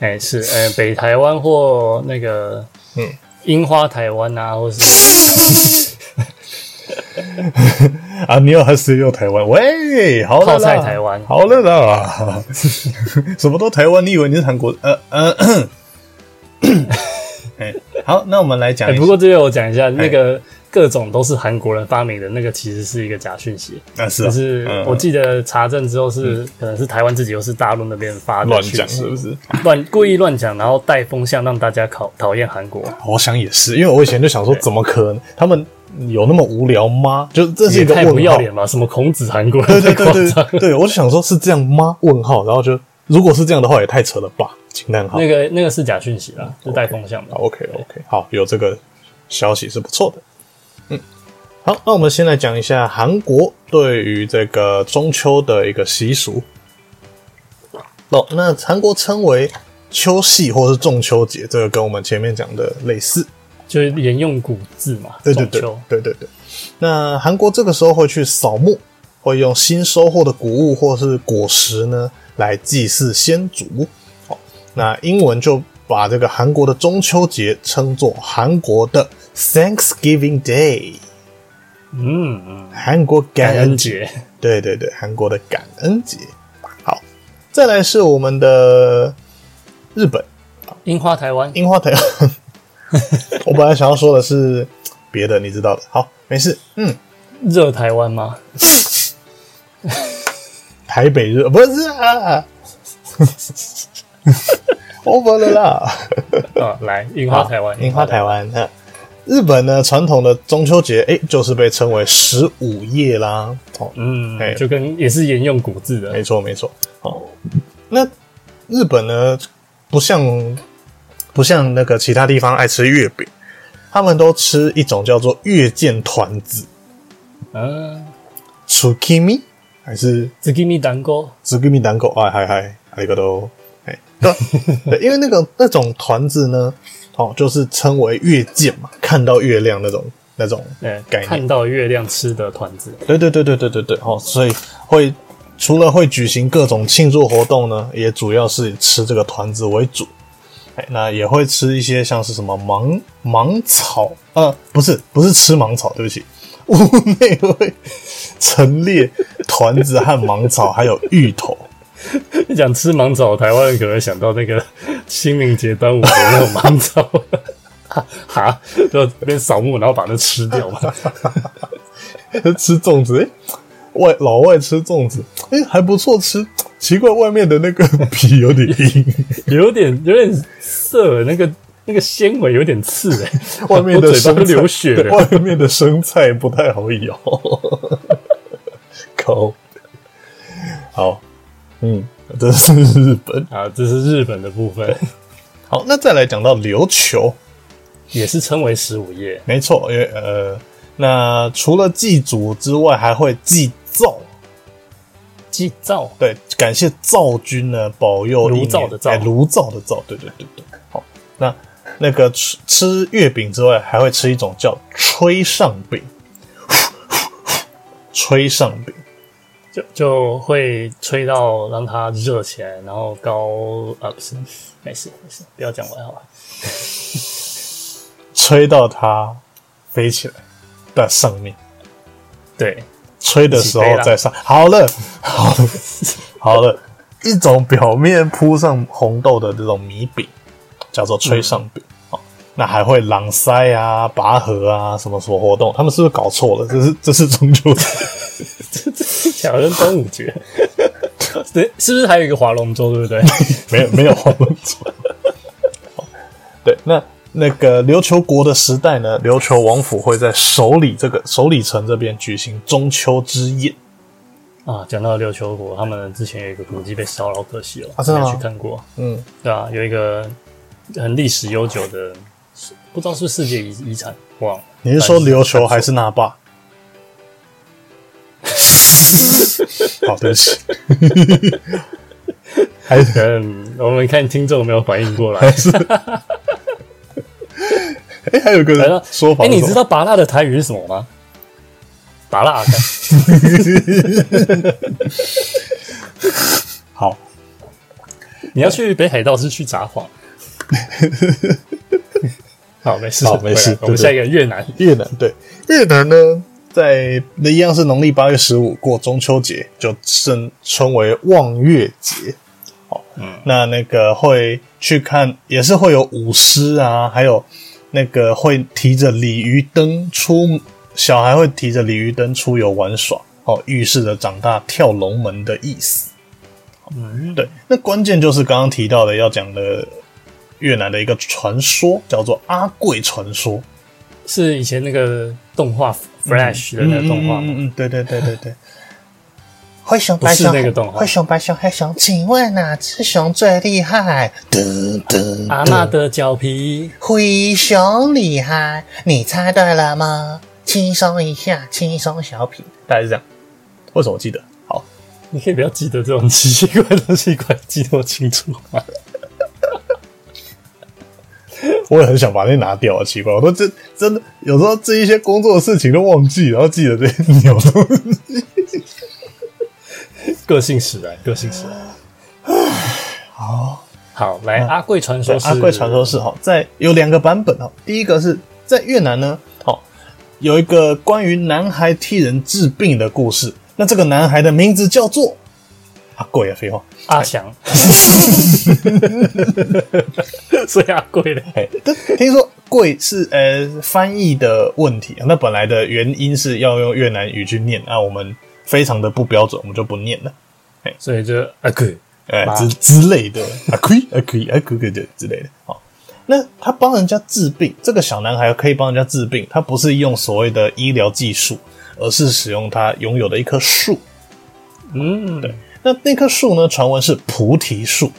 S1: 哎、是哎、北台湾或那个
S2: 嗯
S1: 樱花台湾啊，或是
S2: 啊，你有还是有台湾？喂，好了
S1: 泡
S2: 啦，
S1: 菜台湾
S2: 好了啦， 什么都台湾？你以为你是韩国？呃呃， 咳哎，好，那我们来讲
S1: 哎、
S2: 一下，
S1: 不过这边我讲一下，那个各种都是韩国人发明的，那个其实是一个假讯息，
S2: 啊是
S1: 就
S2: 啊，
S1: 是
S2: 嗯
S1: 我记得查证之后是、可能是台湾自己又是大陆那边发的
S2: 乱
S1: 讯
S2: 讲
S1: 息
S2: 是不是？
S1: 乱故意乱讲，然后带风向让大家考讨厌韩国，
S2: 我想也是，因为我以前就想说，怎么可能？他们有那么无聊吗？就是这是
S1: 也
S2: 一个
S1: 太不
S2: 问
S1: 要
S2: 号。
S1: 脸吧？什么孔子韩国
S2: 对
S1: 人，
S2: 对
S1: 太夸
S2: 对对
S1: 张。
S2: 对对，我就想说，是这样吗？问号，然后就如果是这样的话，也太扯了吧？惊叹号。
S1: 那个那个是假讯息啦，是带风向的。
S2: OK OK，好，有这个消息是不错的。嗯，好，那我们先来讲一下韩国对于这个中秋的一个习俗。哦，那韩国称为秋夕或是中秋节，这个跟我们前面讲的类似。
S1: 就是沿用古字嘛，
S2: 对对对
S1: 中秋
S2: 对对对。那韩国这个时候会去扫墓，会用新收获的谷物或是果实呢来祭祀先祖。好，那英文就把这个韩国的中秋节称作韩国的 Thanksgiving Day，
S1: 嗯，嗯
S2: 韩国感
S1: 感
S2: 恩
S1: 恩
S2: 节。
S1: 节，
S2: 对对对，韩国的感恩节。好，再来是我们的日本
S1: 樱花台湾，
S2: 樱花台 湾。我本来想要说的是别的，你知道的。好，没事。嗯，
S1: 热台湾吗？
S2: 台北热不是啊， 我不了啦，
S1: 啊，来樱花台湾，
S2: 嗯樱花台湾。嗯日本呢，传统的中秋节，哎、就是被称为十五夜啦。哦，
S1: 嗯
S2: 哎，
S1: 就跟也是沿用古字的
S2: 没，错没错。哦，那日本呢，不像不像那个其他地方爱吃月饼，他们都吃一种叫做月见团子
S1: 嗯
S2: （tsukimi） 还是
S1: z u k i m i 蛋糕，
S2: 紫玉米蛋糕，哎嗨嗨，那个都，哎，对， 对，因为那个那种团子呢，哦，就是称为月见嘛，看到月亮那种那种
S1: 哎，
S2: 概念
S1: 看到月亮吃的团子，
S2: 对对对对对对对，哦，所以会除了会举行各种庆祝活动呢，也主要是以吃这个团子为主。哎，那也会吃一些像是什么芒芒草，呃，不是不是吃芒草，对不起， 屋内会陈列团子和芒草，还有芋头。
S1: 你讲吃芒草，台湾人可能会想到那个清明节、端午节那种芒草， 哈哈，就这边扫墓，然后把那吃掉嘛。
S2: 吃粽子，诶，外老外吃粽子，诶，还不错吃。奇怪，外面的那个 皮有点硬，
S1: 有点有点涩，那个那个纤维有点刺哎、
S2: 外面的
S1: 我嘴
S2: 生
S1: 巴都
S2: 菜
S1: 流血
S2: 对
S1: 了。
S2: 外面的生菜不太好咬。 口，好，嗯，这是日本。
S1: 啊，这是日本的部分，
S2: 好，那再来讲到琉球，
S1: 也是称为十五夜。
S2: 没错，因为呃，那除了祭祖之外，还会祭灶。
S1: 谢赵，
S2: 对，感谢赵军呢保佑一年
S1: 炉灶的灶
S2: 哎炉灶的灶，对对对对。好，那那个吃吃月饼之外，还会吃一种叫吹上饼， 吹上饼，
S1: 就就会吹到让它热起来，然后高啊不是，没事没事，不要讲完好吧？
S2: 吹到它飞起来在上面，
S1: 对，
S2: 吹的时候
S1: 起飞啦
S2: 在上。好了， 好了，好了，一种表面铺上红豆的这种米饼，叫做吹上饼。
S1: 嗯
S2: 好，那还会朗塞啊、拔河啊，什么什么活动？他们是不是搞错了？这是这是中秋节，
S1: 讲跟端午节， 对，是不是还有一个划龙舟，对不 对？
S2: 没有没有黄龙舟。 好哦对，那那个琉球国的时代呢，琉球王府会在首里这个首里城这边举行中秋之夜。
S1: 啊，讲到琉球国，他们之前有一个古迹被烧了，好可惜哦、
S2: 啊真的
S1: 没
S2: 吗
S1: 有去看过。
S2: 嗯，
S1: 对啊，有一个很历史悠久的，是不知道是不是世界遗遗产，忘了。
S2: 你是说琉球还是那 霸？好，对不起，还是
S1: 嗯，我们看听众有没有反应过 来。
S2: 还是，哎、还有一
S1: 来 了
S2: 个说法
S1: 哎、
S2: 是
S1: 你
S2: 什么
S1: 知道拔蜡的台语是什么吗？ 拔蜡，啊
S2: 好，
S1: 你要去北海道是去札幌。 好，没事，
S2: 好没事
S1: 回来我们
S2: 对对
S1: 下一个越南，
S2: 越南对越南呢，在那一样是农历八月十五过中秋节，就称称为望月节。哦，那那个会去看，也是会有舞狮啊，还有那个会提着鲤鱼灯出，小孩会提着鲤鱼灯出游玩耍。哦，预示着长大跳龙门的意思。
S1: 嗯，
S2: 对，那关键就是刚刚提到的要讲的越南的一个传说，叫做阿贵传说。
S1: 是以前那个动画 Flash 的那个动画吗？
S2: 嗯嗯嗯，对对对对对。 灰熊
S1: 白熊不是那个动画灰
S2: 熊白熊黑熊，请问哪只熊最厉害？噔噔
S1: 阿娜的脚皮，
S2: 灰熊厉害，你猜对了吗？轻松一下，轻松小品，大概是这样。为什么我记得？好，
S1: 你可以不要记得这种奇奇怪怪的东西，快记那么清楚吗？
S2: 我也很想把那拿掉啊，奇怪，我都真真的有时候这一些工作的事情都忘记，然后记得这些 鸟东西。
S1: 个性使然，个性使然。好，好，来，阿贵传说
S2: 啊对
S1: 是
S2: 阿贵传说是哈，在有两个版本哈，第一个是在越南呢，好有一个关于男孩替人治病的故事，那这个男孩的名字叫做阿贵啊，废话，
S1: 阿翔， 所以阿贵的
S2: 哎，但听说贵是呃翻译的问题，啊那本来的原因是要用越南语去念，啊，我们非常的不标准，我们就不念了。
S1: 所以就阿贵
S2: 哎、
S1: 妈
S2: 之之类的，啊可以啊可以啊可以的之类的。好，那他帮人家治病，这个小男孩可以帮人家治病，他不是用所谓的医疗技术，而是使用他拥有的一棵树。
S1: 嗯，对，
S2: 那那棵树呢？传闻是菩提树，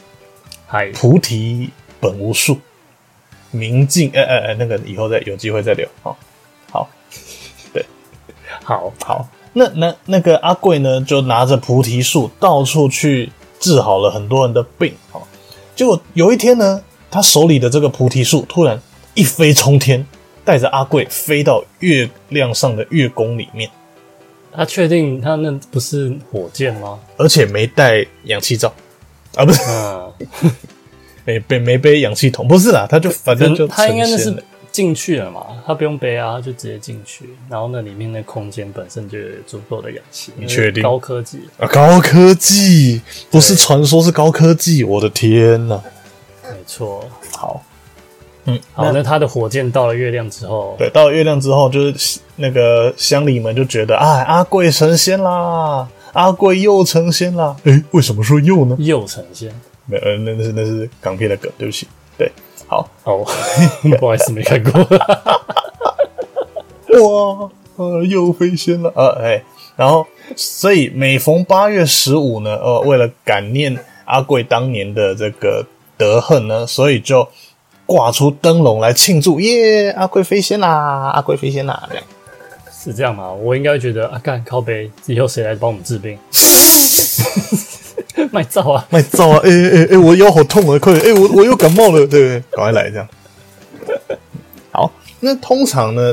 S1: 嗨，
S2: 菩提本无树，明镜。哎哎哎，那个以后再有机会再聊。好，好，
S1: 好，
S2: 好，那那那个阿贵呢，就拿着菩提树到处去治好了很多人的病。好，结果有一天呢，他手里的这个菩提树突然一飞冲天，带着阿贵飞到月亮上的月宫里面，
S1: 他确定他那不是火箭吗？
S2: 而且没带氧气罩啊，不是
S1: 嗯，
S2: 没背没背氧气筒，不是啦，他就反正就
S1: 嗯他应该那
S2: 呈现
S1: 是
S2: 了
S1: 进去了嘛，他不用背啊，他就直接进去，然后那里面的空间本身就有足够的氧气，你
S2: 确定
S1: 高科技，
S2: 啊高科技，不是传说，是高科技，我的天呐、
S1: 没错。
S2: 好，嗯，
S1: 好，那他的火箭到了月亮之后，
S2: 对，到了月亮之后，就是那个乡里们就觉得，哎，阿贵成仙啦，阿贵又成仙啦。诶、为什么说又呢？
S1: 又呈现
S2: 没有，呃那那是那是港片的梗，对不起。对，好，
S1: 哦， 不好意思，没看 过。
S2: 哇，呃，又飞仙了，呃，哎、然后，所以每逢八月十五呢，呃，为了感念阿贵当年的这个德恨呢，所以就挂出灯笼来庆祝，耶，阿贵飞仙啦，阿贵飞仙啦，这样。
S1: 是这样吗？我应该觉得啊，干靠背，以后谁来帮我们治病？ 卖照啊，
S2: 卖照啊！哎哎哎，我腰好痛啊！快点，哎、我我又感冒了，对不对？赶快来这样。好，那通常呢，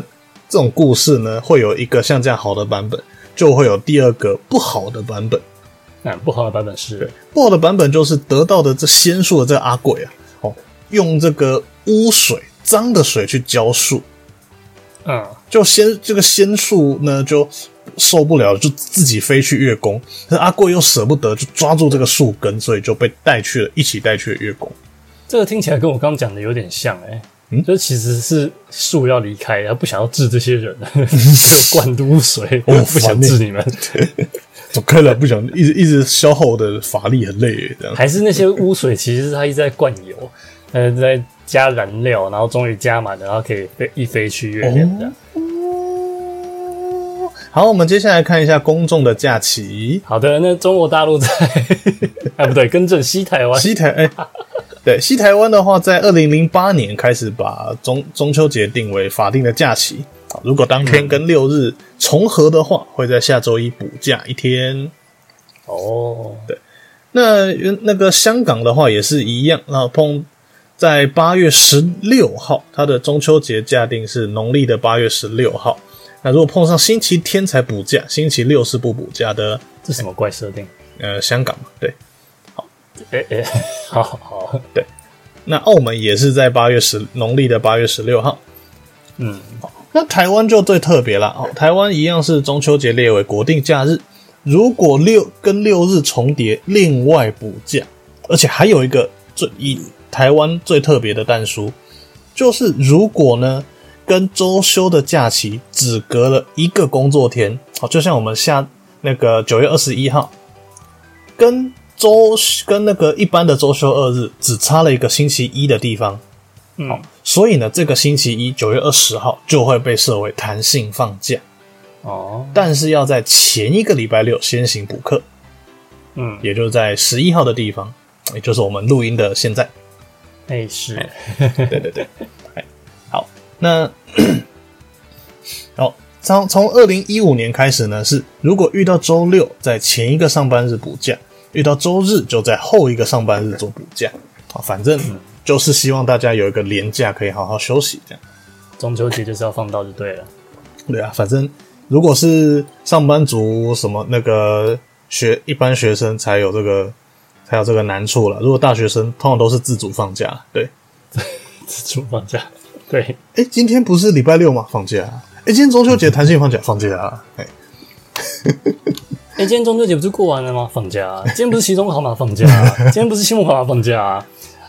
S2: 这种故事呢，会有一个像这样好的版本，就会有第二个不好的版本。
S1: 嗯，不好的版本是
S2: 不好的版本就是得到的这仙术的这个阿鬼啊，哦，用这个污水、脏的水去浇树，
S1: 嗯
S2: 就仙这个仙术呢就受不了，就自己飞去月宫。可是阿贵又舍不得，就抓住这个树根，所以就被带去了，一起带去了月宫。
S1: 这个听起来跟我刚刚讲的有点像哎、
S2: 嗯
S1: 就其实是树要离开，他不想要治这些 人，给我灌污水，我
S2: 哦
S1: 不想
S2: 烦欸
S1: 治你们。
S2: 走开了，不想一直一直消耗我的法力很累耶，这样。
S1: 还是那些污水，其实是他一直在灌油，呃，在加燃料，然后终于加满了，然后可以飞一飞去月亮这样。
S2: 哦，好，我们接下来看一下公众的假期。
S1: 好的，那中国大陆在，哎不对，更正西台湾，
S2: 西台哎、 对西台湾的话，在二零零八年开始把中中秋节定为法定的假期。好如果当天跟六日重合的话，会在下周一补假一天。
S1: 哦，
S2: 那原那个香港的话也是一样，那碰在八月十六号，它的中秋节假定是农历的八月十六号。那如果碰上星期天才补假，星期六是不补假的。
S1: 这什么怪设定？
S2: 呃，香港嘛，对，
S1: 哎哎， 好好好，
S2: 那澳门也是在八月十农历的八月十六号。
S1: 嗯，
S2: 那台湾就最特别啦，哦，台湾一样是中秋节列为国定假日，如果六跟六日重叠，另外补假，而且还有一个最以台湾最特别的蛋书，就是如果呢跟周休的假期只隔了一个工作天，好，就像我们下那个九月二十一号，跟周跟那个一般的周休二日只差了一个星期一的地方，
S1: 嗯，
S2: 所以呢，这个星期一九月二十号就会被设为弹性放假，
S1: 哦，
S2: 但是要在前一个礼拜六先行补课，
S1: 嗯，
S2: 也就是在十一号的地方，也就是我们录音的现在。
S1: 哎是，
S2: 对对对，哎，好，那 好，从从二零一五年开始呢，是如果遇到周六在前一个上班日补假，遇到周日就在后一个上班日做补假，好，反正就是希望大家有一个连假可以好好休息这样。
S1: 中秋节就是要放到就对了，
S2: 对啊，反正如果是上班族什么那个学一般学生才有这个才有这个难处了。如果大学生通常都是自主放假，对。
S1: 自主放假，对，
S2: 哎、今天不是礼拜六吗？放假、啊。哎、今天中秋节弹性放假，放假、啊。哎、
S1: 哎、今天中秋节不是过完了吗？放假、啊。今天不是期中考嘛？放假、 啊。今天不是期末考嘛？放假啊。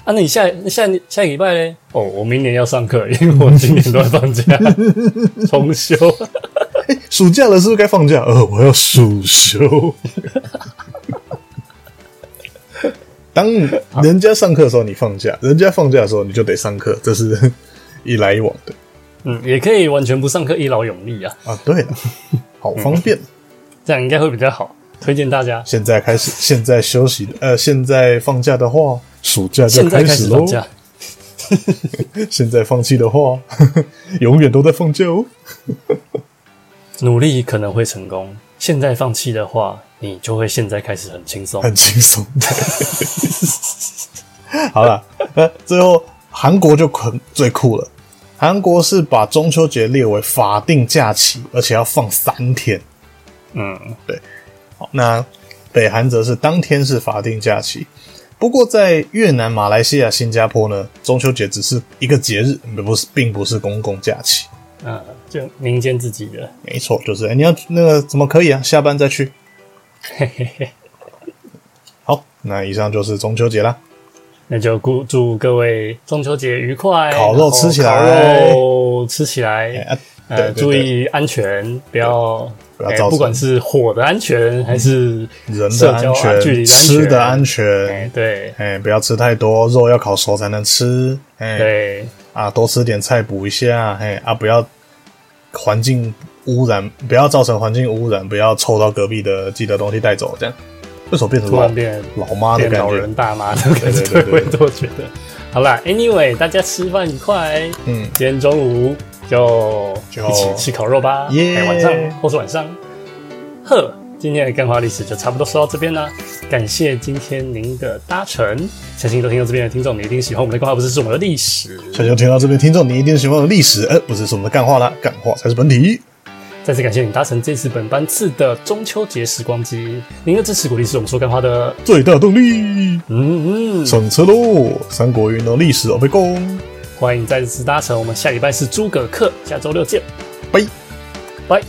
S1: 啊，那你下那下下个礼拜嘞？哦，我明年要上课，因 为我今年都在放假，重修。
S2: 暑假了是不是该放假？呃，我要暑休。 当人家上课的时候你放假，人家放假的时候你就得上课，这是一来一往的。
S1: 嗯，也可以完全不上课，一劳永逸啊，
S2: 啊，对了，好方便。
S1: 这样应该会比较好。推荐大家
S2: 现在开始，现在休息，呃，现在放假的话，暑假就
S1: 现在
S2: 开
S1: 开始
S2: 喽
S1: 放。假。
S2: 现在放弃的话， 呵呵永远都在放假哦。
S1: 努力可能会成功，现在放弃的话，你就会现在开始很轻松。
S2: 很轻松 的。好了，呃，最后韩国就很最酷了。韩国是把中秋节列为法定假期，而且要放三天。
S1: 嗯，
S2: 好那北韩则是当天是法定假期。不过在越南、马来西亚、新加坡呢，中秋节只是一个节日，不是，并不是公共假期。
S1: 啊，就民间自己的，
S2: 没错，就是、哎你要那个怎么可以啊？下班再去。
S1: 嘿嘿嘿。
S2: 好，那以上就是中秋节啦。
S1: 那就祝祝各位中秋节愉快，
S2: 烤肉吃起来
S1: 然后烤肉吃起
S2: 哎
S1: 来，
S2: 啊，
S1: 呃，
S2: 对
S1: 注
S2: 对对
S1: 意安全，不要
S2: 不要
S1: 哎
S2: 造成
S1: 不管是火的安全还是
S2: 人
S1: 社
S2: 的安
S1: 交啊距离
S2: 全，
S1: 的安
S2: 吃的
S1: 全
S2: 安
S1: 哎
S2: 全，
S1: 对
S2: 哎，不要吃太多，肉要烤熟才能吃，哎
S1: 对，
S2: 啊，多吃点菜补一下，哎啊，不要环境污染，不要造成环境污染，不要臭到隔壁的既得东西带走，这样为什么变成
S1: 突
S2: 老
S1: 然变
S2: 老妈的
S1: 变
S2: 感
S1: 老
S2: 觉
S1: 人？大妈的 感觉，
S2: 对对对对
S1: 我也都觉得。好啦，Anyway，大家吃饭愉快，
S2: 嗯，
S1: 今天中午就
S2: 就
S1: 一起吃烤肉吧，
S2: 耶
S1: 哎晚上或是晚上，呵，今天的干花历史就差不多说到这边啦，感谢今天您的搭乘，相信都听到这边的听众，你一定喜欢我们的干花，不是是我们的历史。
S2: 小熊听到这边，听众你一定喜欢的历史，呃，不是是我们的干话啦，干话才是本体。
S1: 再次感谢你搭乘这次本班次的中秋节时光机，您的支持鼓励是我们说干花的，
S2: 最大动力，
S1: 嗯嗯，
S2: 上车喽！三国运动历史哦，被攻，
S1: 欢迎再次搭乘，我们下礼拜是诸葛课，下周六见，
S2: 拜。
S1: 拜。